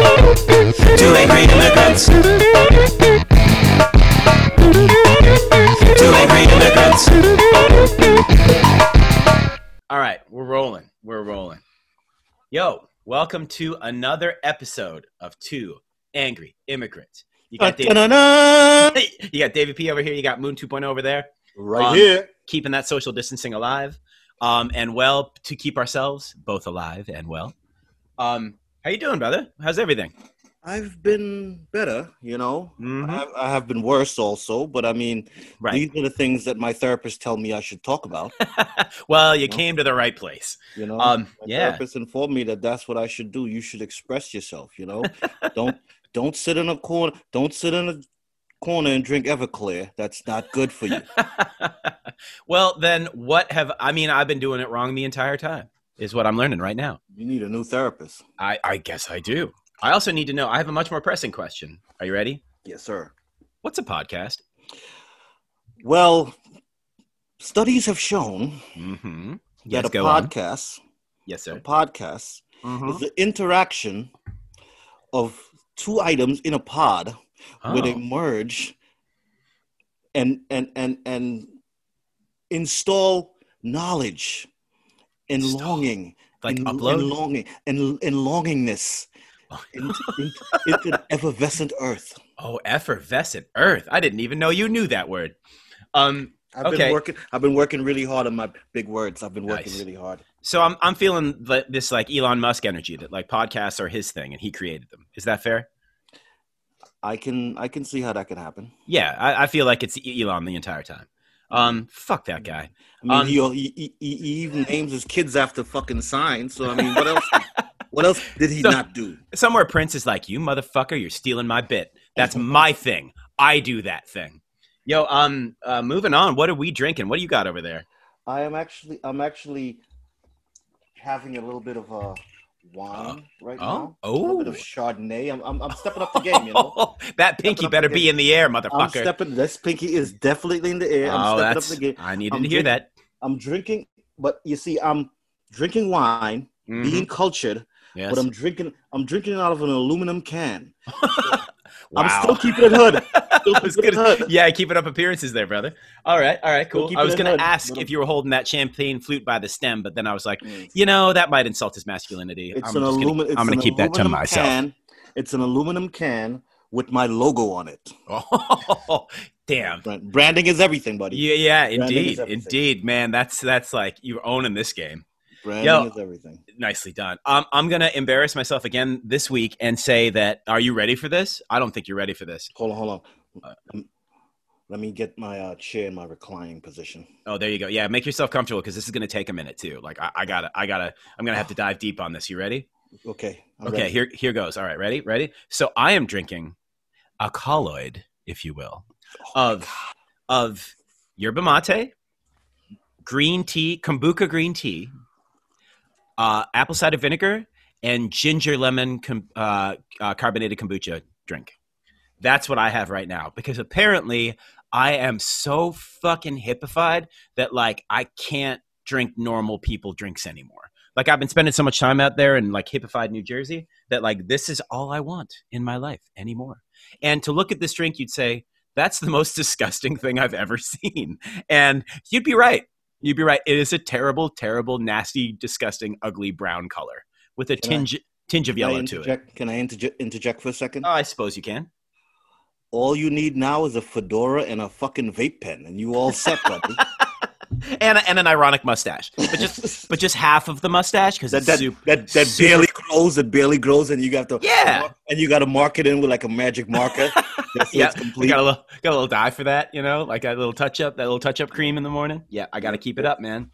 Too late for your regrets. Too late for your regrets. All right, we're rolling. We're rolling. Yo, welcome to another episode of Two Angry Immigrants. You got David, Da-da-da. you got David P over here. You got Moon 2.0 over there. Right Um, here. keeping that social distancing alive, um, and well to keep ourselves both alive and well. Um, how you doing, brother? How's everything? I've been better, you know. I, Mhm. have, I have been worse also, but I mean, Right. these are the things that my therapists tell me I should talk about. well, you came to the right place. You know, Um, my yeah. therapist informed me that that's what I should do. You should express yourself. You know, don't don't sit in a corner. Don't sit in a corner and drink Everclear. That's not good for you. well, then, what have I mean? I've been doing it wrong the entire time. Is what I'm learning right now. You need a new therapist. I, I guess I do. I also need to know. I have a much more pressing question. Are you ready? Yes, sir. What's a podcast? Well, studies have shown Mm-hmm. that Yes, a go on. podcast, Yes, a sir. podcast is the interaction of two items in a pod where they Oh. merge and and and and install knowledge and Install. longing Like and, upload. and longing and, and longingness into, into, into the effervescent earth Oh, effervescent earth. I didn't even know you knew that word. Um, I've Okay. been working I've been working really hard on my big words I've been working Nice. really hard so I'm I'm feeling li- this like Elon Musk energy that like podcasts are his thing and he created them. Is that fair? I can I can see how that can happen Yeah, I, I feel like it's E- Elon the entire time. Um, fuck that guy. I mean Um, he, he, he, he even names his kids after fucking signs so I mean what else what else did he So- not do Somewhere Prince is like, "You motherfucker, you're stealing my bit. That's my thing. I do that thing." Yo, um, uh, moving on. What are we drinking? What do you got over there? I am actually I'm actually having a little bit of a wine right Oh, now. A little bit of oh, Chardonnay. I'm, I'm, I'm stepping up the game, you know. that pinky up better the be game. in the air, I'm motherfucker. stepping this pinky is definitely in the air. I'm oh, stepping that's. up the game. I needed I'm to hear drinking- that. I'm drinking but you see I'm drinking wine, Mhm. being cultured, Yes. but I'm drinking I'm drinking out of an aluminum can. Wow. I'm still keeping it hood. Still I was keeping it gonna- hood. yeah, keeping up appearances there, brother. All right, all right, Still cool. I keeping was it going hood, to ask but if you were holding that champagne flute by the stem, but then I was like, Mm. you know, that might insult his masculinity. It's I'm an just gonna- aluminum I'm going to keep that to myself. Can. It's an aluminum can with my logo on it. Oh, damn. Brand- Branding is everything, buddy. Yeah, yeah, Branding is indeed, everything. indeed, man. That's that's like you're owning this game. Branding Yo. is everything. Nicely done. Um, I'm gonna embarrass myself again this week and say that. Are you ready for this? I don't think you're ready for this. Hold on, hold on. Um, Let me get my uh, chair in my reclining position. Oh, there you go. Yeah, make yourself comfortable because this is gonna take a minute too. Like I, I gotta, I gotta, I'm gonna have to dive deep on this. You ready? Okay. I'm Okay, ready. here here goes. All right, ready? Ready? So I am drinking a colloid, if you will, of of yerba mate, green tea, kombucha green tea, uh, apple cider vinegar, and ginger lemon com- uh, uh, carbonated kombucha drink. That's what I have right now because apparently I am so fucking hippified that like I can't drink normal people drinks anymore. Like I've been spending so much time out there in like hippified New Jersey that like this is all I want in my life anymore. And to look at this drink, you'd say that's the most disgusting thing I've ever seen, and you'd be right. You'd be right. It is a terrible, terrible, nasty, disgusting, ugly brown color with a Can I- tinge tinge of Can I yellow to it. interject- Can I interject, interject for a second? Oh, I suppose you can. all you need now is a fedora and a fucking vape pen, and you all set, buddy. and and an ironic mustache, but just but just half of the mustache because that it's that, soup. that, that super- barely grows, it barely grows, and you got to Yeah. and you got to mark it in with like a magic marker. That's Yeah, it's complete. Got a little got a little dye for that, you know, like a little touch up, that little touch up cream in the morning. Yeah, I got to keep it up, man.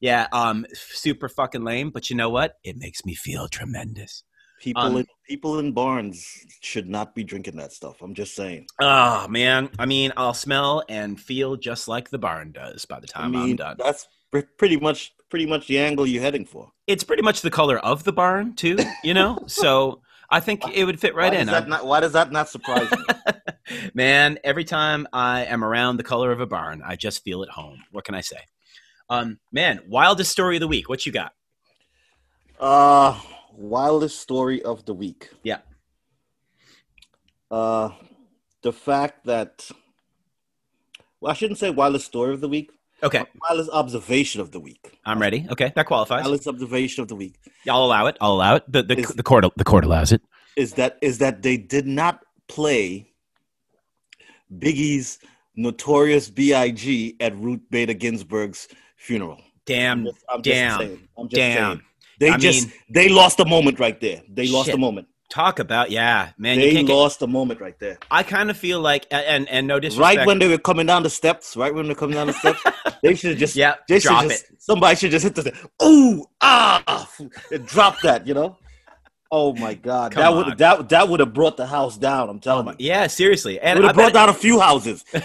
Yeah, um, super fucking lame, but you know what? It makes me feel tremendous. people um, in people in barns should not be drinking that stuff. I'm just saying. Oh man, I mean, I'll smell and feel just like the barn does by the time I am done. that's pre- pretty much pretty much the angle you're heading for. It's pretty much the color of the barn too, you know. so I think it would fit right why in. Does that I'm- not, why does that not surprise me? Man, every time I am around the color of a barn, I just feel at home. What can I say? Um, man, wildest story of the week. What you got? uh, wildest story of the week. Yeah. Uh, the fact that, well, I shouldn't say wireless story of the week, Okay, wireless observation of the week. I'm ready. Okay, that qualifies. Wireless observation of the week I'll allow it. I'll allow it. The the, Is- the court the court allows it. is that is that they did not play Biggie's notorious B.I.G. at Ruth Bader Ginsburg's funeral. Damn, just- I'm damn, just saying. I'm just damn. saying. They I just mean- they lost a moment right there. They lost Shit. a moment. Talk about yeah, man. you they can't get, lost a moment right there. I kind of feel like and and no disrespect. Right when they were coming down the steps, right when they're coming down the steps, they should have just yeah, they should drop just, it. Somebody should just hit the ooh ah and drop that, you know? Oh my god. Come that on. Oh would that that would have brought the house down, I'm telling you. Yeah, seriously. It And would I have brought bet, down a few houses. The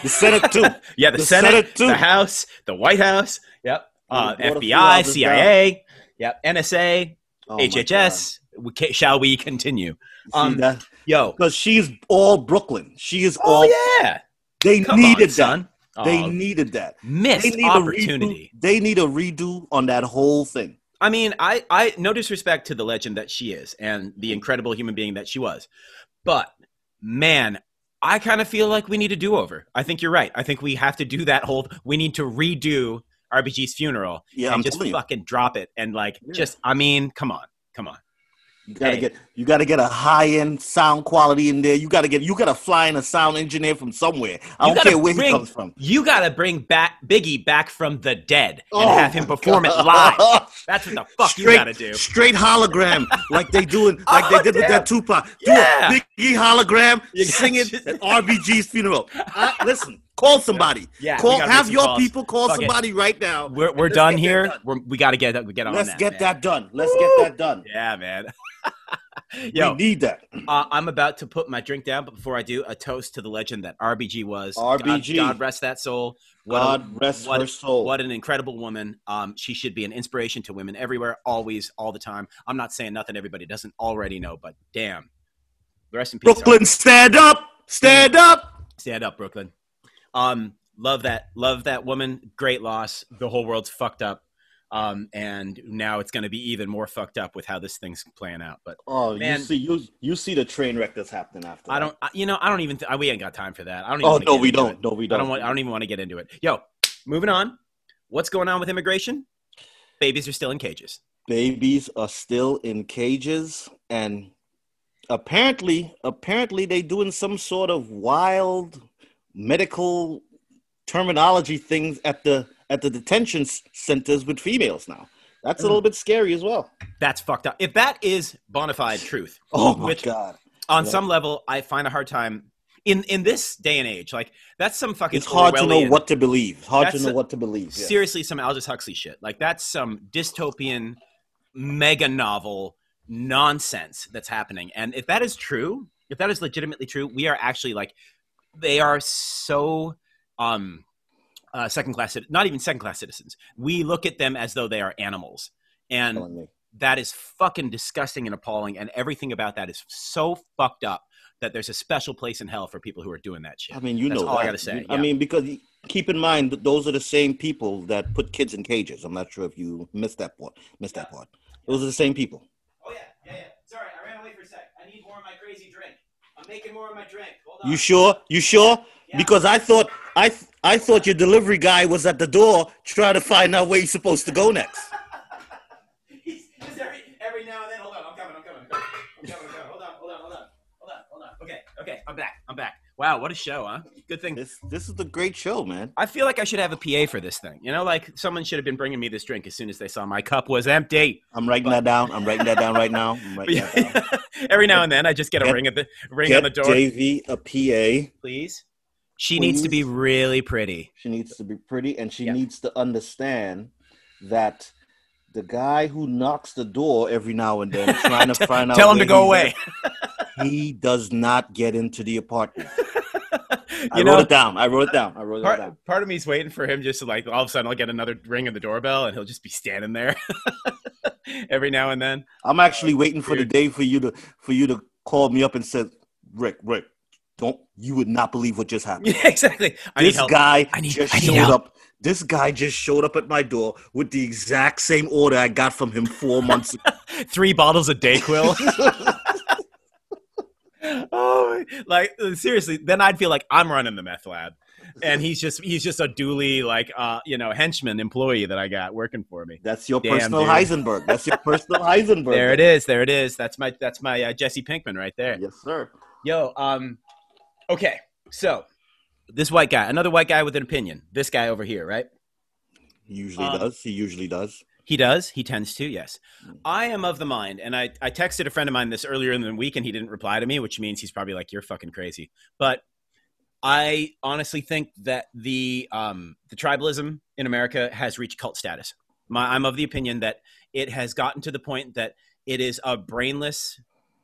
Senate too. yeah, the, the Senate, Senate, too. the House, the White House. Yep. Uh, Would've brought a few FBI, others down. CIA. Yep. NSA, Oh my HHS. We ca- shall we continue? God. Um, See that? Yo. Because she's all Brooklyn. She is all Oh yeah. they Come on, needed son. that. They Oh, needed that. missed They need opportunity. A redo. They need a redo on that whole thing. I mean, I, I no disrespect to the legend that she is and the incredible human being that she was, but man, I kind of feel like we need a do over. I think you're right. I think we have to do that whole. We need to redo RBG's funeral Yeah, and I'm just telling you. fucking drop it and like Yeah. just. I mean, come on, come on. You gotta Hey. get you gotta get a high end sound quality in there. You gotta get you gotta fly in a sound engineer from somewhere. I You don't gotta care where bring- he comes from. You gotta bring back Biggie back from the dead and Oh have him my perform it God. live. That's what the fuck you Straight- gotta do. Straight hologram, like they doing, like Oh, they did with that Tupac. Do Yeah. a Biggie hologram, You got- sing it at RBG's funeral. I, listen, call somebody. Yeah, we call gotta make have some your calls. people call Fuck it. somebody right now. We're, we're Let's done get that here. done. We're, we gotta get we get on Let's that. get man. that done. Let's Woo. get that done. Yeah, man. Yo, We need that. Uh, I'm about to put my drink down, but before I do, a toast to the legend that RBG was. RBG. God, God rest that soul. What a- God rest what- her soul. what an incredible woman. Um, she should be an inspiration to women everywhere, always, all the time. I'm not saying nothing everybody doesn't already know, but damn. Rest in peace. RBG. Brooklyn, stand up, stand up. Stand up, Brooklyn. Um, love that. Love that woman. Great loss. The whole world's fucked up. Um, and now it's going to be even more fucked up with how this thing's playing out. But Oh, Man. you see, you you see the train wreck that's happening after. I that. don't, I, you know, I don't even, th- I- we ain't got time for that. I don't even Oh wanna no, get we into it. don't. No, we I don't. don't want. I don't even want to get into it. Yo, moving on. What's going on with immigration? Babies are still in cages. Babies are still in cages, and apparently, apparently, they doing some sort of wild medical terminology things at the at the detention s- centers with females now. That's a Mm. little bit scary as well. That's fucked up. If that is bona fide truth, Oh my Which- god, on Yeah. some level, I find a hard time in in this day and age. Like that's some fucking. it's hard to know Orwellian- what to believe. It's Hard to That's know a- what to believe. yeah. Seriously, some Aldous Huxley shit. Like that's some dystopian, mega novel nonsense that's happening. And if that is true, if that is legitimately true, we are actually like, they are so um, uh, second class, cit- not even second class citizens. We look at them as though they are animals. And Telling me. that is fucking disgusting and appalling. And everything about that is so fucked up that there's a special place in hell for people who are doing that shit. I mean, you That's know, all I that. gotta say, You- I yeah. mean, because y- keep in mind that those are the same people that put kids in cages. I'm not sure if you missed that part. Missed that part. Those are the same people. Oh yeah, yeah, yeah. Sorry, I ran away for a sec. I need more of my crazy drink. I'm making more of my drink. Hold You sure? You sure? Yeah. Because I thought I th- I thought your delivery guy was at the door trying to find out where he's supposed to go next. He's just every, every now and then. Hold on, I'm coming. I'm coming. I'm coming. I'm coming. I'm coming. Hold on. Hold on. Hold on. Hold on. Hold on. Okay. Okay. I'm back. I'm back. Wow, what a show, huh? Good thing. This this is the great show, man. I feel like I should have a PA for this thing. You know, like someone should have been bringing me this drink as soon as they saw my cup was empty. I'm writing that down. I'm writing that down right now. I'm But writing that down. yeah, every now and then, I just get a Get- ring at the ring on Get the door. JV a PA. please. She needs to be Please. really pretty. She needs to be pretty and she Yeah. needs to understand that the guy who knocks the door every now and then trying to find out Tell him to where go he's away. at, he does not get into the apartment. you I wrote it down. I wrote it down. I wrote it down. Part, part of me's waiting for him just to like all of a sudden I'll get another ring of the doorbell and he'll just be standing there every now and then. I'm actually waiting for the weird. day for you to for you to call me up and say, Rick, Rick, don't you would not believe what just happened. Yeah, exactly. I need this help. guy I need- just I need showed help. up. This guy just showed up at my door with the exact same order I got from him four months ago. Three bottles of Dayquil. oh, like seriously, then I'd feel like I'm running the meth lab, and he's just he's just a duly like uh you know henchman employee that I got working for me. That's your Damn, personal dude. Heisenberg. That's your personal Heisenberg. There it is, there it is. That's my that's my uh, Jesse Pinkman right there. Yes, sir. Yo, um, okay, so this white guy, another white guy with an opinion. This guy over here, right? He usually Um, does. He usually does. He does. He tends to, yes. I am of the mind, and I, I texted a friend of mine this earlier in the week, and he didn't reply to me, which means he's probably like, "You're fucking crazy." But I honestly think that the um, the tribalism in America has reached cult status. My, I'm of the opinion that it has gotten to the point that it is a brainless,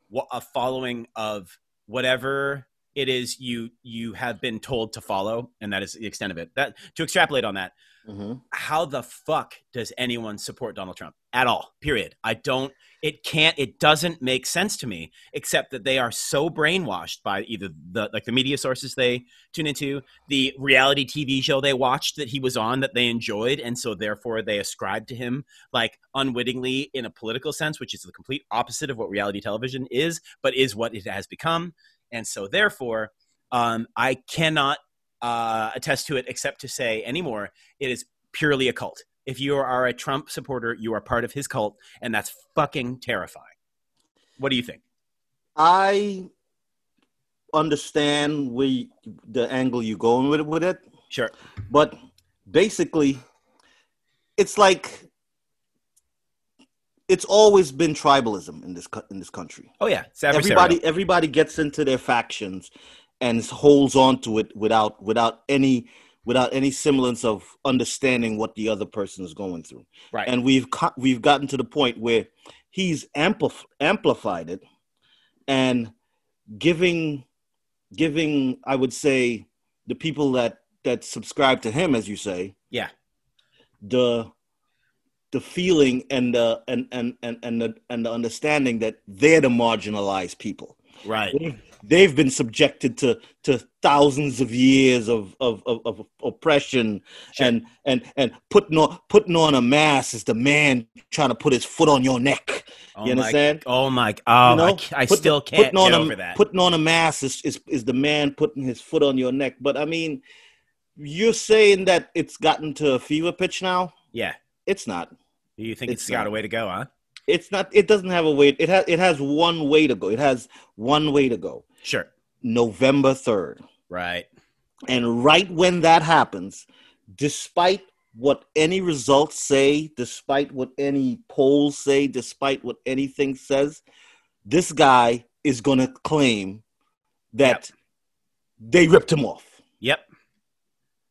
wa- a following of whatever it is you you have been told to follow, and that is the extent of it. That to extrapolate on that hmm how the fuck does anyone support Donald Trump at all? Period. I don't, it can't, it doesn't make sense to me, except that they are so brainwashed by either the, like the media sources they tune into, the reality TV show they watched that he was on that they enjoyed. And so therefore they ascribe to him like unwittingly in a political sense, which is the complete opposite of what reality television is, but is what it has become. And so therefore, um, I cannot uh, attest to it except to say anymore, it is purely a cult. If you are a Trump supporter, you are part of his cult, and that's fucking terrifying. What do you think? I understand where you- the angle you're going with it, with it, Sure. but basically, it's like it's always been tribalism in this cou- in this country. Oh yeah, it's adversarial. everybody everybody gets into their factions and holds on to it without without any without any semblance of understanding what the other person is going through Right. and we've co- we've gotten to the point where he's ampli- amplified it and giving giving i would say the people that that subscribe to him as you say Yeah. the the feeling and the and and and and the, and the understanding that they're the marginalized people right. They've- they've been subjected to to thousands of years of of, of, of oppression Sure. and and and putting on putting on a mask is the man trying to put his foot on your neck Oh you my, understand? Oh my. Oh, You know, I, ca- I put- still can't putting on get a, over that. putting on a mask is, is is the man putting his foot on your neck but i mean you're saying that it's gotten to a fever pitch now yeah. it's not You think It's uh, it's got not. a way to go, huh? it's not it doesn't have a way it has it has one way to go it has one way to go Sure. november 3rd Right. And right when that happens, despite what any results say, despite what any polls say, despite what anything says, this guy is going to claim that they ripped him off. Yep.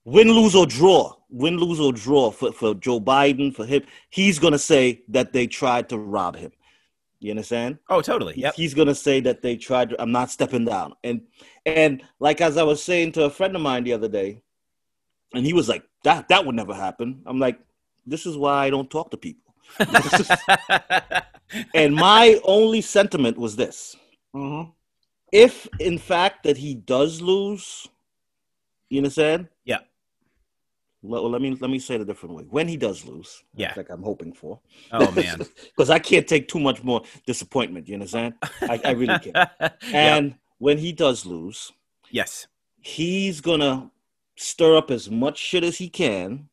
Win, lose, or draw, win, lose, or draw for, for Joe Biden, for him, he's going to say that they tried to rob him. You understand? Oh, totally. Yep. he's gonna say that they tried to, i'm not stepping down and and like as i was saying to a friend of mine the other day and he was like that that would never happen i'm like this is why i don't talk to people and my only sentiment was this Mm-hmm. if in fact that he does lose you understand Yeah. well, let me let me say it a different way. When he does lose, Yeah. like I'm hoping for, Oh man. because I can't take too much more disappointment. You understand? I, I really can't. Yep. And when he does lose, Yes. he's gonna stir up as much shit as he can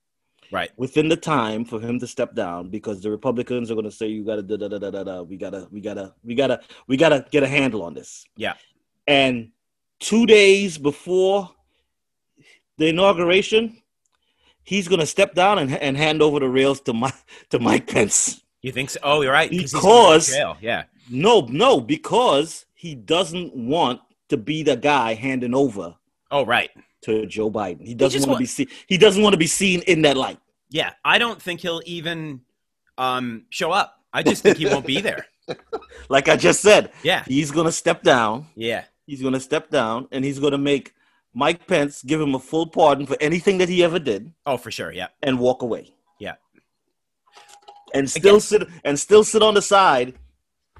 Right. within the time for him to step down because the Republicans are gonna say you gotta da da da da da da we gotta we gotta we gotta we gotta get a handle on this. Yeah. And two days before the inauguration, he's gonna step down and, and hand over the rails to my to Mike Pence. You think so? Oh, you're right. he's gonna go to Because- jail. yeah. No, no, because he doesn't want to be the guy handing over Oh, right. to Joe Biden. He doesn't just want wa- to be seen. He doesn't want to be seen in that light. Yeah, I don't think he'll even um, show up. I just think he won't be there. Like I just said, Yeah, he's gonna step down. yeah, He's gonna step down, and he's gonna make Mike Pence give him a full pardon for anything that he ever did, oh for sure. Yeah, and walk away. Yeah. And still Again- sit and still sit on the side,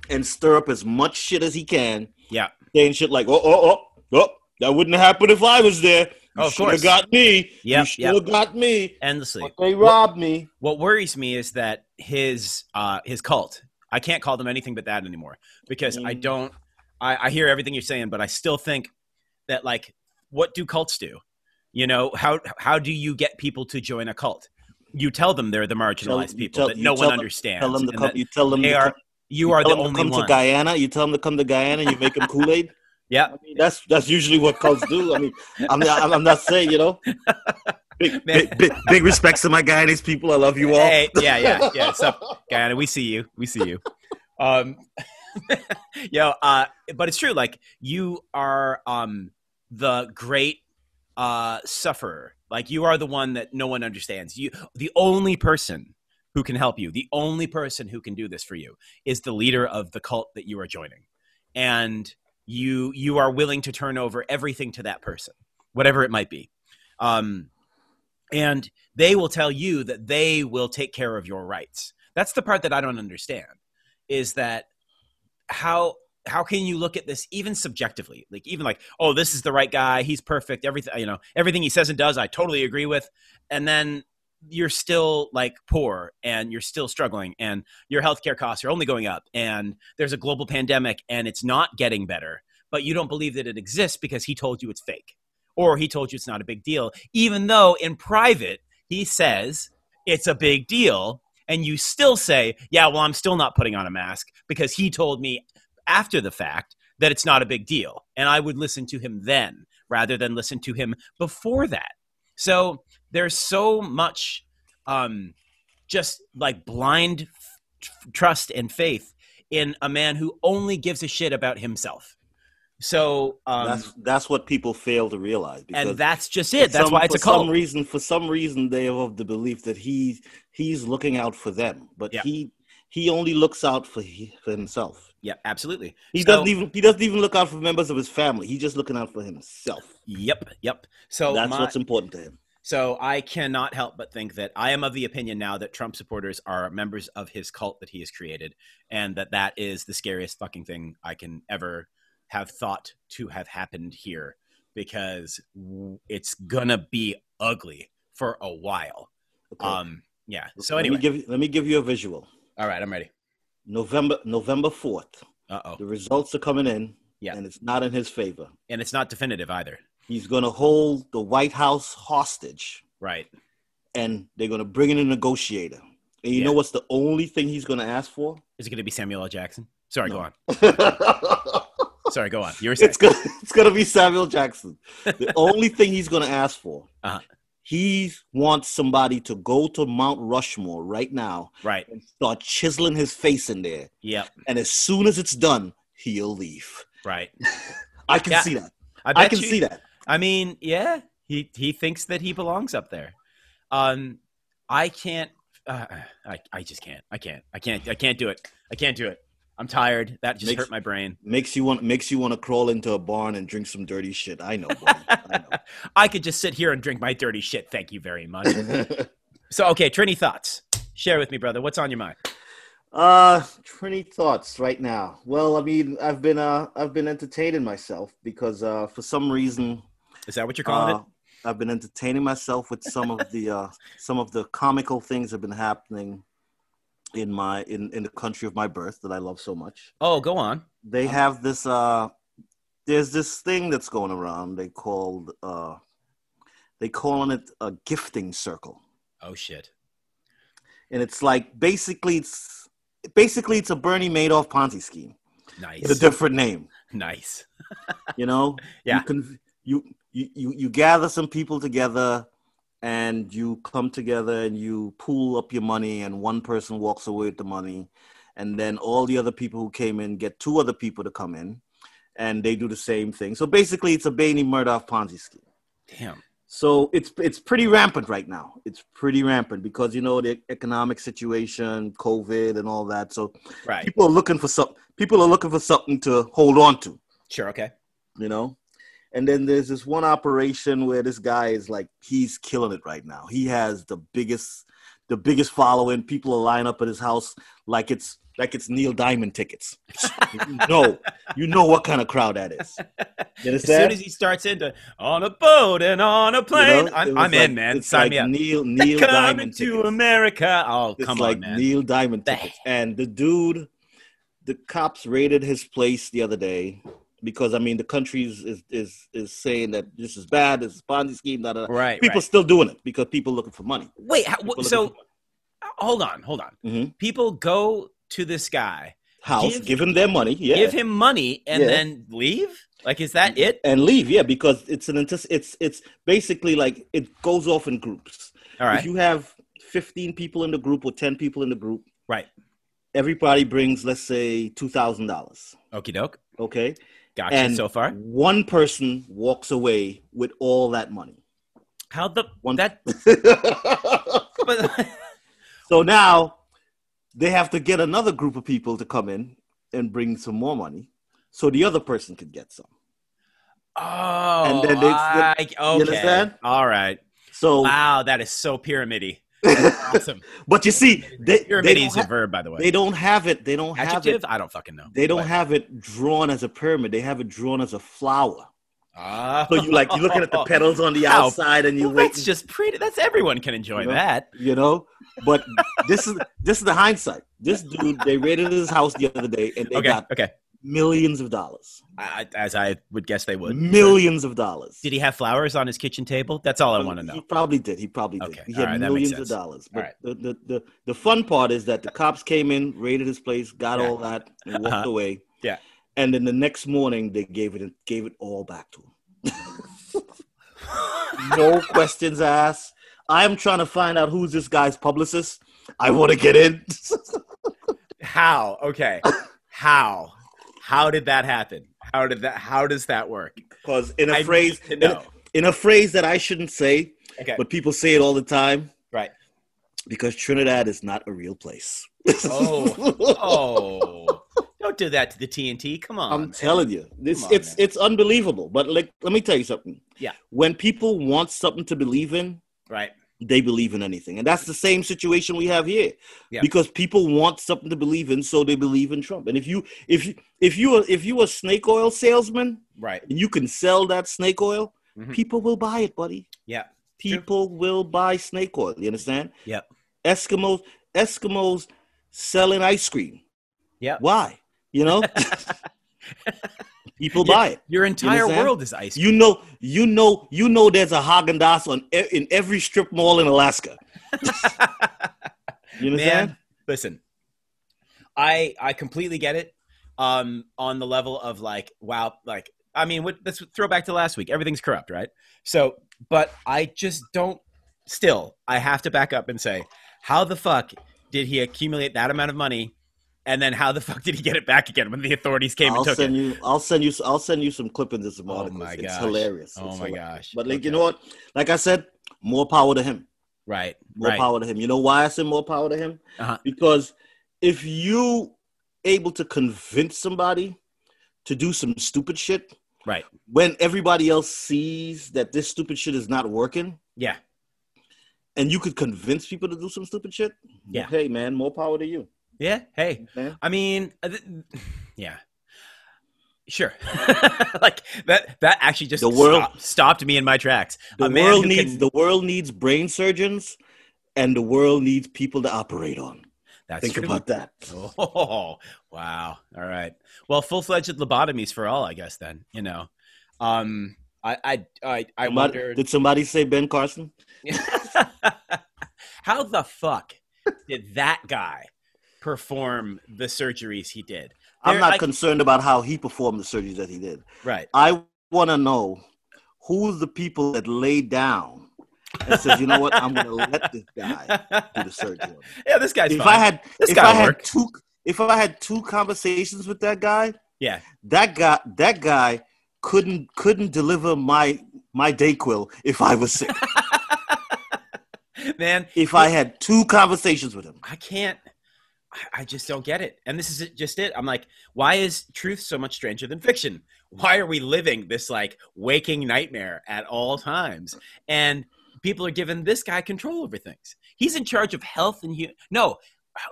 and stir up as much shit as he can. Yeah. Saying shit like, oh, oh, oh, oh, that wouldn't have happened if I was there. You Oh, of shoulda course. got me. you Yep, should have got me. endlessly. But they robbed me. What worries me is that his uh, his cult. I can't call them anything but that anymore because I Mm. don't. I, I hear everything you're saying, but I still think that like, what do cults do? You know, how how do you get people to join a cult? You tell them they're the marginalized you people tell- that you no tell one them- understands. Tell them to and come. that You tell them they to are. come, You are tell the them to only come one. to Guyana. You tell them to come to Guyana. You make them Kool Aid. Yeah. I mean, that's that's usually what cults do. I mean, I'm not, I'm- I'm not saying you know. Man. Big, big, big, big respects to my Guyanese people. I love you all. Hey, yeah, yeah, yeah. So, Guyana, we see you. We see you. Um, yo, uh, but it's true. Like you are um, the great uh, sufferer. Like you are the one that no one understands. You, the only person who can help you, the only person who can do this for you, is the leader of the cult that you are joining, and you you are willing to turn over everything to that person, whatever it might be. Um, and they will tell you that they will take care of your rights that's the part that i don't understand is that how how can you look at this even subjectively like even like oh this is the right guy he's perfect everything you know everything he says and does i totally agree with and then you're still like poor and you're still struggling and your healthcare costs are only going up and there's a global pandemic and it's not getting better but you don't believe that it exists because he told you it's fake or he told you it's not a big deal even though in private he says it's a big deal and you still say yeah well i'm still not putting on a mask because he told me after the fact that it's not a big deal and i would listen to him then rather than listen to him before that so there's so much um, just like blind f- trust and faith in a man who only gives a shit about himself so um, that's that's what people fail to realize. and that's just it. for That's some- why it's for a cult. Some reason, for some reason, they are of the belief that he he's looking out for them, but Yeah. he he only looks out for, he, for himself. yeah, absolutely. He So- doesn't even he doesn't even look out for members of his family. He's just looking out for himself. Yep, yep. So that's my, what's important to him. so I cannot help but think that I am of the opinion now that Trump supporters are members of his cult that he has created, and that that is the scariest fucking thing I can ever have thought to have happened here because w- it's gonna be ugly for a while. Okay. Um, yeah. So let anyway, me give you- let me give you a visual. all right, I'm ready. November November fourth, Uh oh, the results are coming in, Yeah. and it's not in his favor. and it's not definitive either, He's going to hold the White House hostage, right? and they're going to bring in a negotiator. And you Yeah. know what's the only thing he's going to ask for? Is it gonna be Samuel L. Jackson? Sorry, No. go on. it's Sorry, go on. You were saying going it's going to be Samuel Jackson. The only thing he's going to ask for. Uh-huh. He wants somebody to go to Mount Rushmore right now right. and start chiseling his face in there. Yep. And as soon as it's done, he'll leave. Right. I can Yeah. see that. I, I bet can you- see that. I mean, yeah, he he thinks that he belongs up there. Um, I can't. Uh, I I just can't. I can't. I can't. I can't do it. I can't do it. I'm tired. That just Makes- hurt my brain. Makes you want makes you want to crawl into a barn and drink some dirty shit. I know, buddy. I I could just sit here and drink my dirty shit. Thank you very much. know. so, okay, Trini, thoughts. Share with me, brother. What's on your mind? uh, Trini thoughts right now. Well, I mean, I've been uh, I've been entertaining myself because uh, for some reason, Is that what you're calling uh, I've been entertaining myself with some of the uh, some of the comical things that have been happening in my in in the country of my birth that I love so much. it? Oh, go on. they Um, have this uh there's this thing that's going around they called uh they calling it a gifting circle Oh shit. and it's like basically it's basically it's a bernie madoff ponzi scheme Nice. it's a different name nice. you know Yeah. you, can, you you you you gather some people together and you come together and you pool up your money and one person walks away with the money and then all the other people who came in get two other people to come in and they do the same thing so basically it's a Bainey Murdoch Ponzi scheme Damn. so it's it's pretty rampant right now it's pretty rampant because you know the economic situation covid and all that so Right. people are looking for some people are looking for something to hold on to Sure. Okay. you know and then there's this one operation where this guy is like he's killing it right now he has the biggest the biggest following people are lining up at his house like it's like it's neil diamond tickets you know you know what kind of crowd that is you As soon understand as he starts into on a boat and on a plane, You know, it I'm, was I'm like- in, man. it's Sign like me up. neil neil Coming diamond to tickets. America. Oh, it's come like on, man. neil diamond The tickets and the dude the cops raided his place the other day because I mean the country is is is saying that this is bad, this is Ponzi scheme. Da, da, da. Right. People right. still doing it because people looking for money. Wait. How, People wh- looking so uh, for hold on, hold on. Mhm. People go to this guy, house, Give- give, him their money, yeah, give him money, and Yeah. then leave. Like, is that it? and leave, yeah, because it's an antis- it's it's basically like it goes off in groups. All right. If you have 15 people in the group or 10 people in the group, Right. everybody brings, let's say, $2,000. Okie doke. Okay. Gotcha. And- so far, One person walks away with all that money. how the One- that? But, so now they have to get another group of people to come in and bring some more money so the other person could get some. oh, And then they- I- okay. understand? All right. So, Wow, that is so pyramidy. That's awesome. but you see, they, they, Pyramid don't is a ha- verb, by the way. they don't have it. They don't have it. Adjective? I don't fucking know. They don't But- have it drawn as a pyramid. They have it drawn as a flower. Ah. So you like you're looking at the petals on the Wow. outside, and you Well, wait. that's just pretty. That's everyone can enjoy You know? that. you know. But this is this is the hindsight. This dude, they raided his house the other day, and they okay. got Okay. millions of dollars. I, I- as I would guess they would. Millions of dollars. Did he have flowers on his kitchen table? That's all I want to He know. probably did. He probably did. Okay, He all had right, that makes millions of sense. dollars. All But the, the, the, the fun part is that the cops came in, raided his place, got Yeah. all that, and walked Uh-huh. away. Yeah. And then the next morning, they gave it gave it all back to him. No questions asked. I am trying to find out who's this guy's publicist. I want to get in. How? Okay. How? How did that happen? How did that? How does that work? Because in a I phrase, need to in a- know. in a phrase that I shouldn't say, Okay. but people say it all the time Right. because Trinidad is not a real place. Oh. Oh. Don't do that to the TNT. Come on. I'm man. telling you, this Come on, it's man. it's unbelievable. But like, let me tell you something. Yeah. When people want something to believe in, Right. they believe in anything, and that's the same situation we have here. Yeah. Because people want something to believe in, so they believe in Trump. And if you if you if you are, if you a snake oil salesman Right. and you can sell that snake oil, Mhm. people will buy it, buddy. Yeah. True. People will buy snake oil. You understand? Yep. Eskimos Eskimos selling ice cream. Yep. Why? You know? people buy it. Your entire understand? world is ice. You know, you know, you know. There's a Haagen Dazs on e- in every strip mall in Alaska. You understand? man listen i i completely get it um on the level of like wow like i mean what let's throw back to last week everything's corrupt right so but i just don't still i have to back up and say how the fuck did he accumulate that amount of money and then how the fuck did he get it back again when the authorities came I'll and took it send you. I'll send you. I'll send you some clippings of some Oh articles. my It's gosh. hilarious. oh It's my hila- gosh But like Okay. you know what? Like I said, more power to him. right More right power to him. You know why I said more power to him? Uh-huh. Because if you able to convince somebody to do some stupid shit, Right. When everybody else sees that this stupid shit is not working, yeah and you could convince people to do some stupid shit, Yeah. Hey man, more power to you. yeah hey man. I mean, uh, th- yeah, sure. like that. That actually just The world- stopped, stopped me in my tracks. The A man world who needs can- the world needs brain surgeons, and the world needs people to operate on. That's Think true. about that. Oh wow! All right. Well, full fledged lobotomies for all, I guess. Then you know, um, I I I, I Somebody- wondered did somebody say Ben Carson? how the fuck did that guy perform the surgeries he did? I'm There- not I- concerned about how he performed the surgeries that he did. Right. I want to know who's the people that laid down and says, you know what, I'm going to let this guy do the surgery. on me." yeah, this guy's If fine. I had, This if guy'll I had work. two, if I had two conversations with that guy, Yeah. that guy, that guy couldn't couldn't deliver my my Dayquil if I was sick. man, if I had two conversations with him, I can't. I, I just don't get it. And this is it- just it. I'm like, why is truth so much stranger than fiction? Why are we living this like waking nightmare at all times? And people are giving this guy control over things. He's in charge of health and hu- no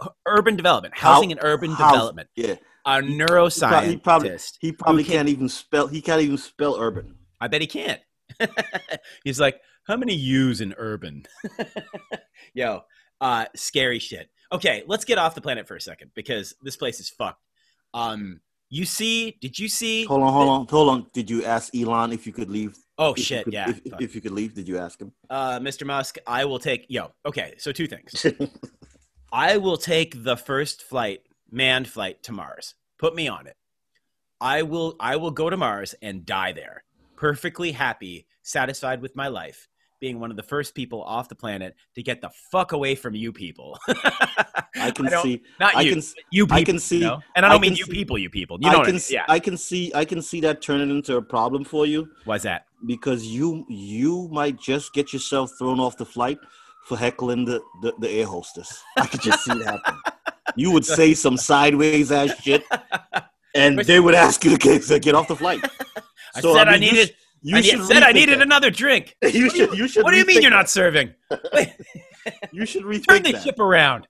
h- urban development, How- housing and urban how- development. yeah, A neuroscientist. he probably- he probably can't even spell. He can't even spell urban. I bet he can't. He's like, how many U's in urban? Yo, uh, scary shit. Okay, let's get off the planet for a second because this place is fucked. Um, you see? Did you see? Hold on, hold on, hold on. Did you ask Elon if you could leave? Oh if you shit! could- yeah. If, if you could leave, did you ask him? uh, Mr. Musk, I will take yo. Okay, so two things. I will take the first flight, manned flight to Mars. Put me on it. I will. I will go to Mars and die there, perfectly happy, satisfied with my life, being one of the first people off the planet to get the fuck away from you people. I can don't- see. Not I you. can. see- you people. I can see- you know? and I don't I mean can you see- people. You people. You know. I what I can. mean. see- Yeah. I can see. I can see that turning into a problem for you Why's that? because you you might just get yourself thrown off the flight for heckling the the, the air hostess. I could just see it happen. You would say some sideways ass shit, and Which- they would ask you to get, to get off the flight. I said I you needed- sh- You I should said I rethink needed that. another drink. You should. You should. What do you mean rethink you're that. not serving? You should rethink Turn the that. ship around.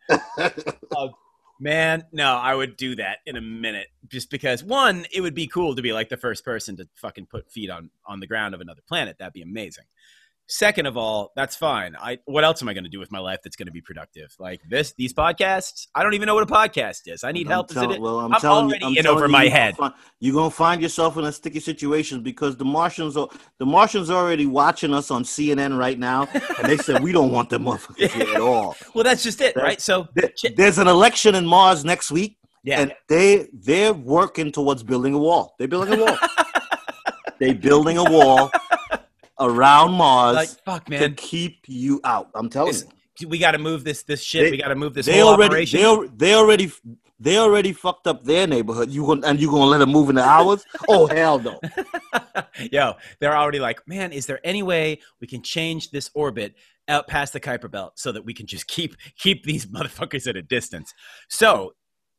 Oh, man, no, I would do that in a minute just because one, it would be cool to be like the first person to fucking put feet on on the ground of another planet. That'd be amazing. Second of all, that's fine. I what else am I going to do with my life that's going to be productive? Like this, these podcasts. I don't even know what a podcast is. I need I'm help. Is it- telling- well, I'm, I'm telling already you, I'm in telling over you, my you're gonna head. find- you're gonna find yourself in a sticky situation because the Martians are the Martians are already watching us on CNN right now, and they said we don't want them motherfuckers here at all. well, that's just it, right? So There- Shit. There's an election in Mars next week, yeah, and they they're working towards building a wall. They're building a wall. they're building a wall around Mars like fuck, to man, keep you out. I'm telling It's- you. we got to move this this shit. They- we got to move this they whole already operation. they, al- they already they already fucked up their neighborhood. You gonna, and you gonna let them move into ours? oh hell no! Yo, they're already like, man, is there any way we can change this orbit out past the Kuiper Belt so that we can just keep keep these motherfuckers at a distance? So,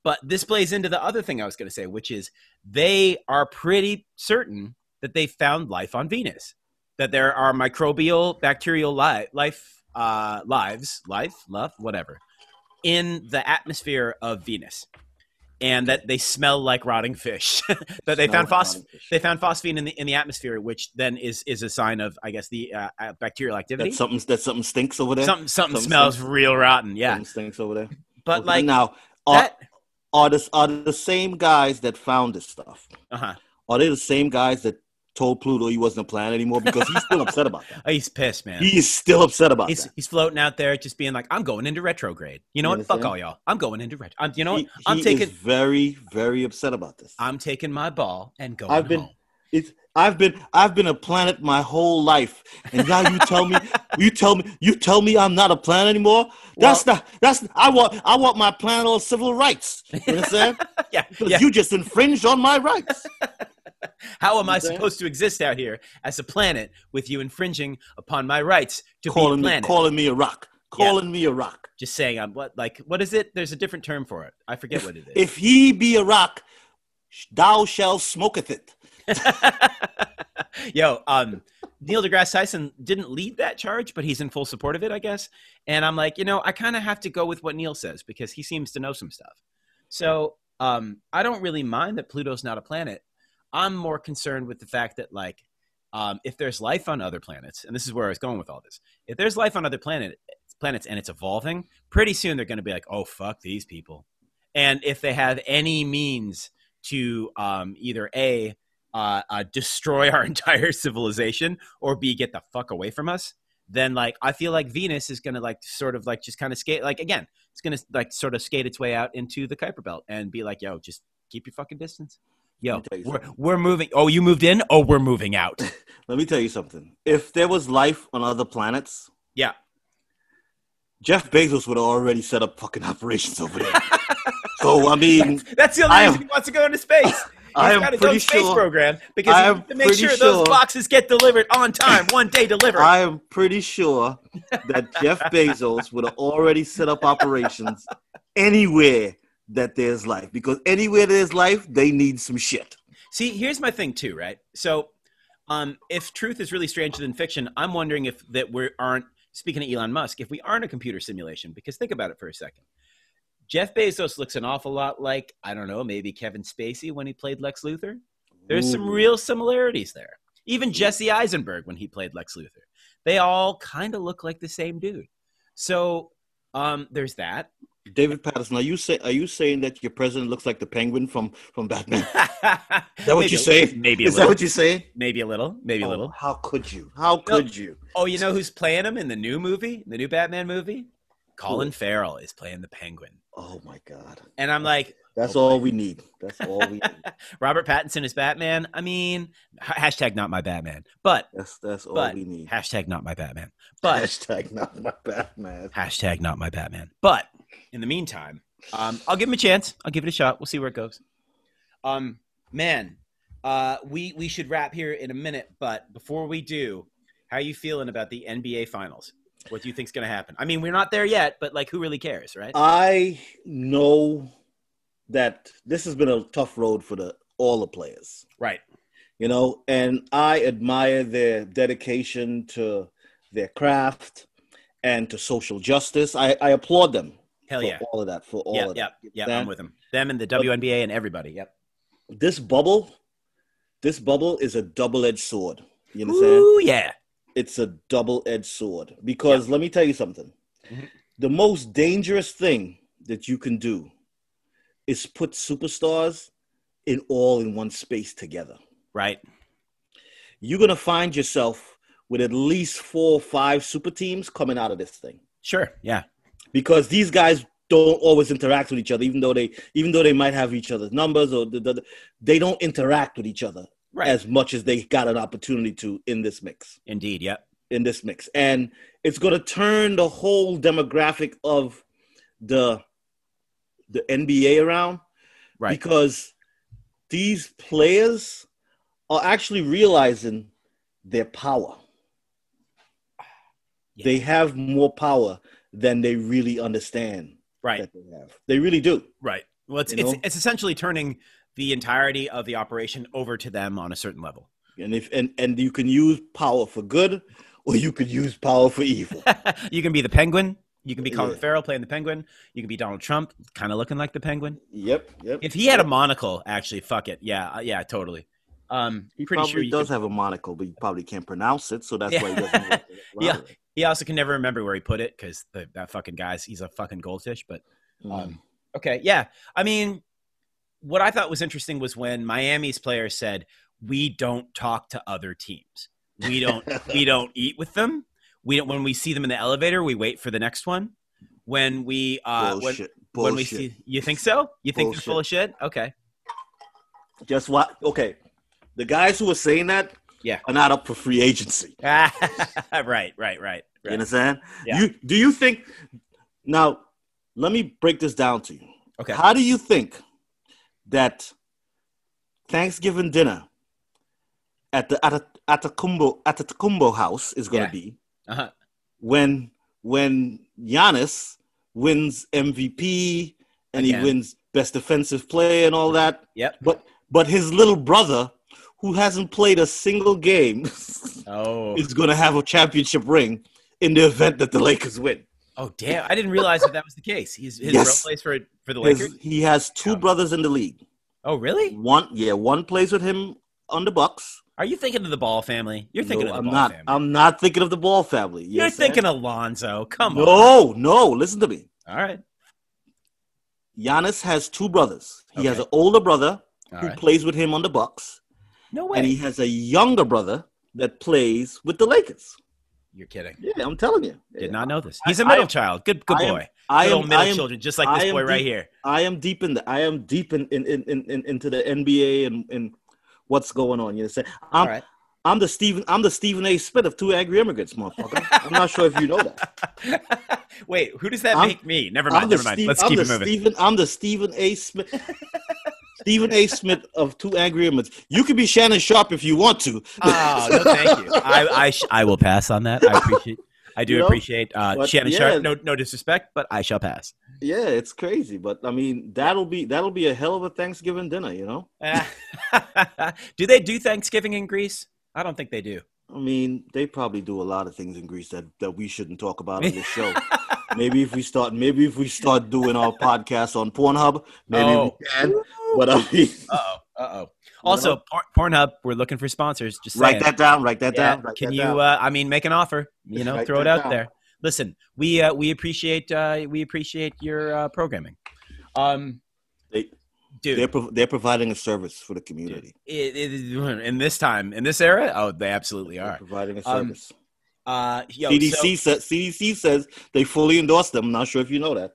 but this plays into the other thing I was going to say, which is they are pretty certain that they found life on Venus, that there are microbial, bacterial li- life, uh, lives, life, love, whatever, in the atmosphere of Venus, and that they smell like rotting fish. that they found phosphorus they found phosphine in the in the atmosphere, which then is is a sign of I guess the uh, uh, bacterial activity. That something that something stinks over there. something, something something smells real rotten. Yeah, Something stinks over there. but Okay, like now, are, that. are this are the same guys that found this stuff? Uh huh. Are they the same guys that told Pluto he wasn't a planet anymore? Because he's still upset about that. Oh, He's pissed, man. He is still upset about He's, that. he's floating out there, just being like, "I'm going into retrograde." You know You what? Fuck understand? all y'all. I'm going into retro. I'm, you know He- what? I'm he taking. is very very upset about this. I'm taking my ball and going I've been- home. It's I've been I've been a planet my whole life, and now you tell me you tell me you tell me I'm not a planet anymore. That's not that's I want I want my planet on civil rights. You understand? Yeah, Because yeah. you just infringed on my rights. How am I understand? supposed to exist out here as a planet with you infringing upon my rights to be calling a me planet? calling me a rock. Calling me a rock. Just saying, I'm what? Like, what is it? There's a different term for it. I forget what it is. If he be a rock, sh- thou shall smoketh it. Yo, um, Neil deGrasse Tyson didn't lead that charge, but he's in full support of it, I guess. And I'm like, you know, I kind of have to go with what Neil says because he seems to know some stuff. So um, I don't really mind that Pluto's not a planet. I'm more concerned with the fact that, like, um, if there's life on other planets, and this is where I was going with all this, if there's life on other planet, planets and it's evolving, pretty soon they're going to be like, oh, fuck these people. And if they have any means to um, either A, uh, uh, destroy our entire civilization or b get the fuck away from us then like i feel like venus is gonna like sort of like just kind of skate like again it's gonna like sort of skate its way out into the kuiper belt and be like yo just keep your fucking distance yo Let me tell you we're, something. we're moving oh you moved in oh we're moving out Let me tell you something. If there was life on other planets, Yeah. Jeff Bezos would have already set up fucking operations over there. so I mean, that's the only I reason am- he wants to go into space he's I got his am own pretty space sure. program because I he am needs to make pretty sure, those sure- boxes get delivered on time one day delivered I am pretty sure that Jeff Bezos would have already set up operations anywhere that there's life, because anywhere there's life, they need some shit. See, here's my thing too, right? So, um, if truth is really stranger than fiction, I'm wondering if that we aren't speaking to Elon Musk, if we aren't a computer simulation. Because think about it for a second. Jeff Bezos looks an awful lot like I don't know, maybe Kevin Spacey when he played Lex Luthor. There's some Ooh. real similarities there. Even Jesse Eisenberg when he played Lex Luthor. They all kind of look like the same dude. So Um, there's that. David Patterson, are you say are you saying that your president looks like the penguin from from Batman? Is that what you say? Maybe a Is that little. what you say? maybe a little. Maybe a Oh, little. How could you? How could you? Oh, you know who's playing him in the new movie, the new Batman movie? Colin Farrell is playing the Penguin, Oh my God. and I'm like, That's Oh, all we need. That's all we need. Robert Pattinson is Batman. I mean, ha- hashtag not my Batman, but That's that's all But- we need. hashtag not my Batman, but Hashtag not my Batman. hashtag not my Batman. But in the meantime, um, I'll give him a chance. I'll give it a shot. We'll see where it goes. Um, man, uh, we we should wrap here in a minute, but before we do, how are you feeling about the NBA Finals? What do you think's going to happen? I mean, we're not there yet, but like, who really cares, right? Uh, I know that this has been a tough road for the all the players. right. you know and i admire their dedication to their craft and to social justice i, I applaud them Hell for yeah. all of that for all Yeah, of yeah, that yeah. That- I'm with them. Them and the WNBA and everybody. Yep. this bubble this bubble is a double-edged sword you understand Ooh, yeah. it's a double-edged sword because let me tell you something Mhm. the most dangerous thing that you can do is put superstars in all in one space together Right. you're going to find yourself with at least four or five super teams coming out of this thing Sure. Yeah. because these guys don't always interact with each other even though they even though they might have each other's numbers or the, the, they don't interact with each other Right. as much as they got an opportunity to in this mix Indeed. Yep. in this mix and it's going to turn the whole demographic of the the NBA around Right. because these players are actually realizing their power. Yeah. They have more power than they really understand Right. that they have. They really do. Right. Well, it's You it's, know? it's essentially turning the entirety of the operation over to them on a certain level. And if and, and you can use power for good or you could use power for evil. you can be the Penguin. You can be Colin Yeah. Farrell playing the Penguin. You can be Donald Trump, kind of looking like the Penguin. yep, yep. If he had a monocle, actually, fuck it. Yeah. uh, Yeah. Totally. Um, he pretty probably sure you does could- have a monocle, but he probably can't pronounce it, so that's Yeah. why he doesn't. have it. Yeah. he also can never remember where he put it because that fucking guy's he's a fucking goldfish. But Mm. Um, Okay, yeah. I mean, what I thought was interesting was when Miami's player said, "We don't talk to other teams. We don't we don't eat with them. We don't when we see them in the elevator, we wait for the next one. When we uh when, bullshit. when we Bullshit. see you think so? You think they're full of shit? Okay. Just what? Okay, the guys who are saying that, Yeah. are not up for free agency. Ah, right, right, right. You right. understand? Yeah. You do you think? Now, let me break this down to you. Okay. How do you think that Thanksgiving dinner at the at a- at the Kumbo at the Kumbo house is going to Yeah. be Uh-huh. when when Giannis wins MVP and Again. he wins Best Defensive Player and all that? Yep. But but his little brother, who hasn't played a single game, Oh. is going to have a championship ring in the event that the Lakers win. Oh damn. I didn't realize that that was the case. He's his Yes. role plays for for the His- Lakers. he has two Yeah. brothers in the league. Oh really? One, yeah, one plays with him on the Bucks. Are you thinking of the Ball family? You're thinking No, of the I'm Ball not. family. I'm not thinking of the Ball family. You're thinking Alonzo. Come no, on. no. Listen to me. All right. Giannis has two brothers. He has Okay. an older brother All who right. plays with him on the Bucks, No and he way. has a younger brother that plays with the Lakers. You're kidding. Yeah, I'm telling you. Did not know this. I- He's a I middle am- child. Good good I am- boy. I Little am, I middle am children, just like I this am boy right deep- here. I am deep in the I am deep in in, in, in, in into the NBA and, and what's going on. You know, say I'm All right. I'm the Stephen I'm the Stephen A. Smith of two angry immigrants, motherfucker. I'm not sure if you know that. Wait, who does that I'm- make me? Never I'm mind. the, Never mind. Steve, Let's I'm keep the it moving. Stephen I'm the Stephen A. Smith. Stephen A. Smith of Two Angry Immigrants. You can be Shannon Sharp if you want to. Oh, no, thank you. I I, sh- I will pass on that. I appreciate. I do You know? appreciate uh, But Shannon yeah. Sharp. No no disrespect, but I shall pass. yeah, it's crazy, but I mean that'll be that'll be a hell of a Thanksgiving dinner, you know. Ah. do they do Thanksgiving in Greece? I don't think they do. I mean, they probably do a lot of things in Greece that, that we shouldn't talk about on this show. maybe if we start, maybe if we start doing our podcast on Pornhub, maybe Oh. we can. But I mean, Uh oh. Uh oh. Also, Por- Pornhub, we're looking for sponsors. Just write saying. that down. Write that Yeah, down. Write Can that you? down. Uh, I mean, make an offer. You know, Write throw it that out down. there. listen, we uh, we appreciate uh, we appreciate your uh, programming. Um, They- dude, They're pro- they're providing a service for the community. it- it- in this time, in this era, oh, they absolutely They're are. providing a Um, service. Uh, yo, CDC says CDC says they fully endorse them. I'm not sure if you know that.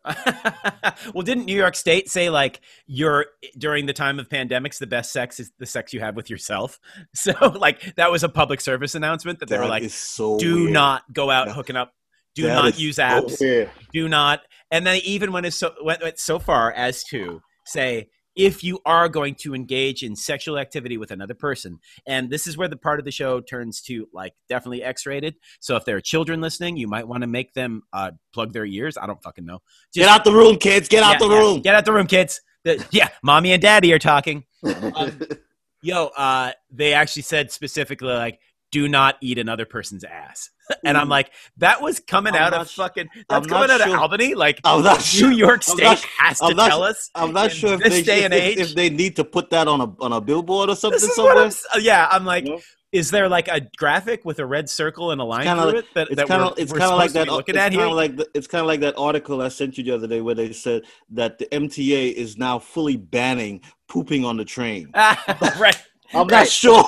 so- well, didn't New York State say like you're during the time of pandemics, the best sex is the sex you have with yourself? So like that was a public service announcement that they were That like, is so do weird. not go out That- hooking up. Do That not is use so apps. weird. do not and then even when it's so went, went so far as to say if you are going to engage in sexual activity with another person and this is where the part of the show turns to like definitely x-rated so if there are children listening you might want to make them uh, plug their ears i don't fucking know Get out the room, kids. Get out Yeah, the yeah. room. get out the room kids The- yeah mommy and daddy are talking Um, yo uh, they actually said specifically like do not eat another person's ass and Hmm. i'm like that was coming I'm out not of sh- fucking I'm that's coming out not of sure. albany like I'm not New sure. York I'm State not- has to I'm not- tell us. I'm not in sure if this they day if, and if- age. if they need to put that on a on a billboard or something This is what somewhere. I'm. s- uh, Yeah, I'm like, Yeah. is there like a graphic with a red circle and a line kinda through like- it that, it's that kind we're, of it's we're kind supposed of like to that be uh, it's looking kind at here? of like the, it's kind of like that article I sent you the other day where they said that the MTA is now fully banning pooping on the train. Ah, right. I'm Right. not sure.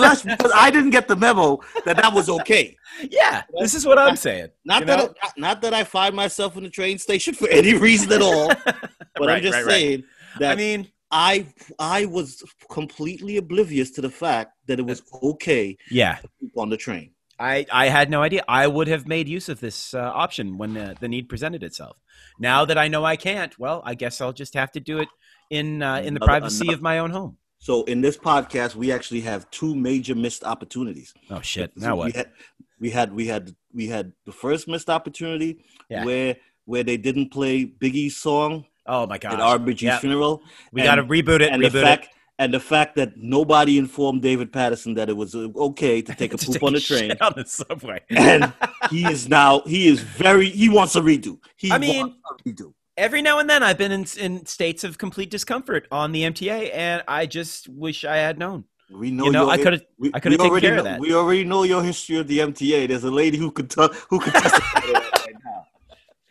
not because I didn't get the memo that that was okay. Yeah, this is what I'm saying. Not You that know? I, not- not that I find myself in the train station for any reason at all, but I'm Right, just right, right. saying that I mean, I I was completely oblivious to the fact that it was okay yeah, to poop on the train. I I had no idea. I would have made use of this uh, option when the, the need presented itself. Now that I know I can't, well, I guess I'll just have to do it in uh, in the Another- privacy another- of my own home. So in this podcast, we actually have two major missed opportunities. Oh shit! Now We what? had, we had we had we had the first missed opportunity Yeah. where where they didn't play Biggie's song Oh my at god! RBG's Yeah. funeral, We and- got to reboot it. and reboot the it. fact and the fact that nobody informed David Patterson that it was uh, okay to take a To poop take on a the train, shit on the subway. and he is now he is very he wants a redo. He I mean- wants a redo. Every now and then, I've been in, in states of complete discomfort on the MTA, and I just wish I had known. We know you know, your- I could have. We, I could've we taken already care of know- that. We already know your history of the MTA. There's a lady who could t- who could testify to that right now.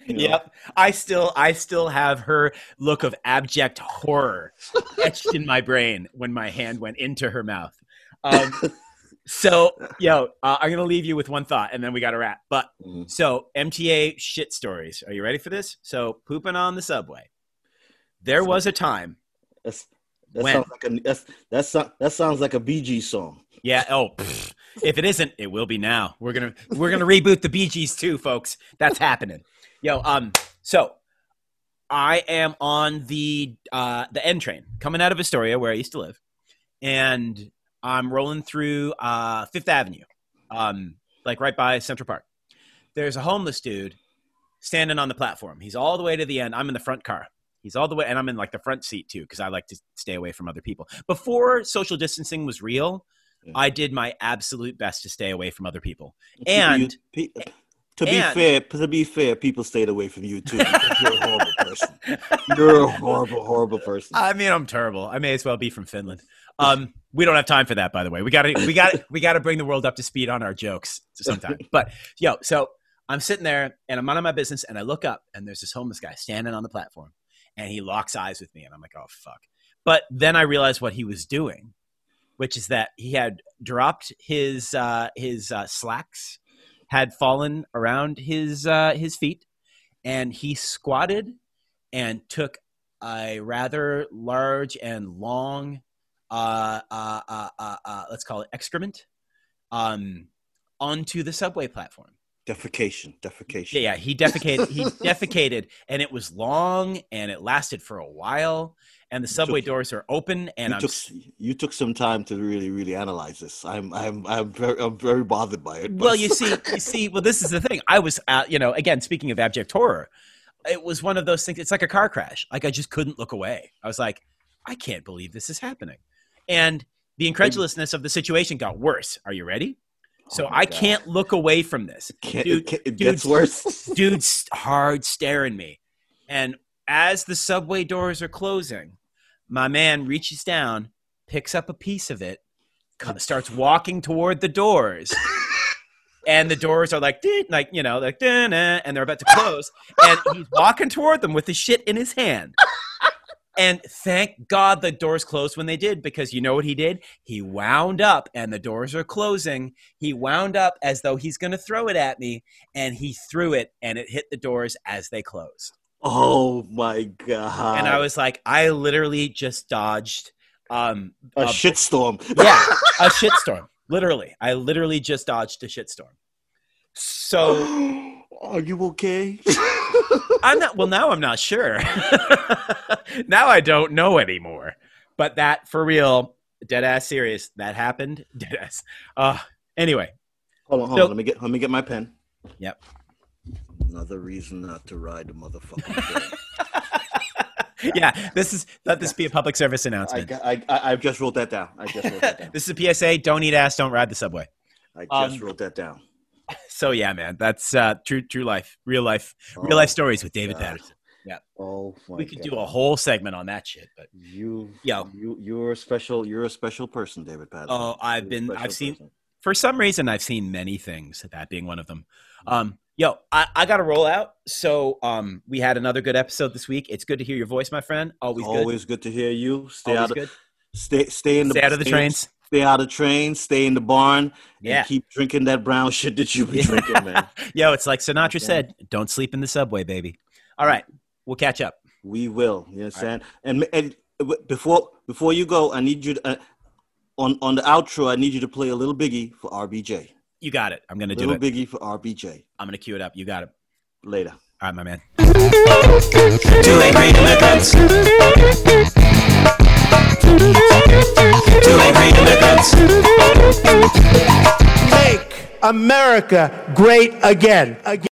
You know? Yep, I still, I still have her look of abject horror etched in my brain when my hand went into her mouth. Um, so, yo, uh, I'm gonna leave you with one thought, and then we got to wrap. But Mhm. So MTA shit stories. Are you ready for this? So pooping on the subway. There was a time. That's, that When? sounds like a that's, that, so, that sounds like a BG song. Yeah. Oh, pfft. if it isn't, it will be now. We're gonna we're gonna reboot the Bee Gees too, folks. That's happening. Yo. Um. So I am on the uh the N train coming out of Astoria, where I used to live, and I'm rolling through uh Fifth Avenue, um, like right by Central Park. There's a homeless dude standing on the platform. He's all the way to the end. I'm in the front car. He's all the way, and I'm in like the front seat too, because I like to stay away from other people. Before social distancing was real, I did my absolute best to stay away from other people. And Pe- to be and- fair, to be fair, people stayed away from you too. because You're a horrible person. You're a horrible, horrible person. I mean, I'm terrible. I may as well be from Finland. Um, we don't have time for that, by the way. We got to we got to we got to bring the world up to speed on our jokes sometime. But yo, so I'm sitting there and I'm minding my business, and I look up and there's this homeless guy standing on the platform, and he locks eyes with me, and I'm like, oh fuck. But then I realized what he was doing, which is that he had dropped his uh, his uh, slacks, had fallen around his uh, his feet, and he squatted and took a rather large and long, uh, uh, uh, uh, uh, let's call it excrement, um, onto the subway platform. defecation, defecation. Yeah, yeah, he defecated. He defecated, and it was long, and it lasted for a while. And the subway took- doors are open, and you I'm took you took some time to really, really analyze this. I'm, I'm, I'm very, I'm very bothered by it. but- Well, you see, you see, well, this is the thing. I was, at, you know, again, speaking of abject horror, it was one of those things. It's like a car crash. Like I just couldn't look away. I was like, I can't believe this is happening, and the incredulousness of the situation got worse. Are you ready? So Oh my I God. can't look away from this. Can't- dude- it, can't- it dude- gets worse. Dude's st- hard staring me, and as the subway doors are closing, my man reaches down, picks up a piece of it, co- starts walking toward the doors. and the doors are like, "Ding," like you know, like, "Dun, uh," and they're about to close, and he's walking toward them with the shit in his hand. And thank God the doors closed when they did, because you know what he did? He wound up, and the doors are closing. He wound up as though he's going to throw it at me, and he threw it, and it hit the doors as they closed. Oh my god! And I was like, I literally just dodged um, a a- shitstorm. yeah, a shitstorm. Literally, I literally just dodged a shitstorm. So Are you okay? I'm not. Well, now I'm not sure. now I don't know anymore. But that for real, dead ass serious. That happened. Dead ass. Uh, anyway, hold on, hold So- on. Let me get let me get my pen. Yep. Another reason not to ride the motherfucking. thing. yeah. This is let this be a public service I, announcement. got- I I I just wrote that down. I just wrote that down. this is a PSA. Don't eat ass. Don't ride the subway. I Um, just wrote that down. So yeah, man, that's uh, true. True life, real life, real Oh, life stories with David God. Patterson. Oh my We could God. do a whole segment on that shit, but You, Yo. you, you're a special. You're a special person, David Patterson. Oh, I've You're a been- special I've seen- person. for some reason I've seen many things, that being one of them. Mm-hmm. Um, yo, I, I got to roll out. So um, we had another good episode this week. It's good to hear your voice, my friend. Always good. Always good to hear you. Stay Always out. Of, good. stay, stay in the. Stay out of the stay- trains. Stay out of trains. Stay in the barn. Yeah. And keep drinking that brown shit that you be drinking, man. Yo, it's like Sinatra Yeah. said, don't sleep in the subway, baby. All right. We'll catch up. We will. You understand? And and w- before before you go, I need you to. Uh, on, on the outro, I need you to play a little biggie for RBJ. You got it. I'm going to do Little it. biggie for RBJ. I'm going to cue it up. You got it. Later. All right, my man. Too late green lookups. Too late green lookups. Make America great again. again.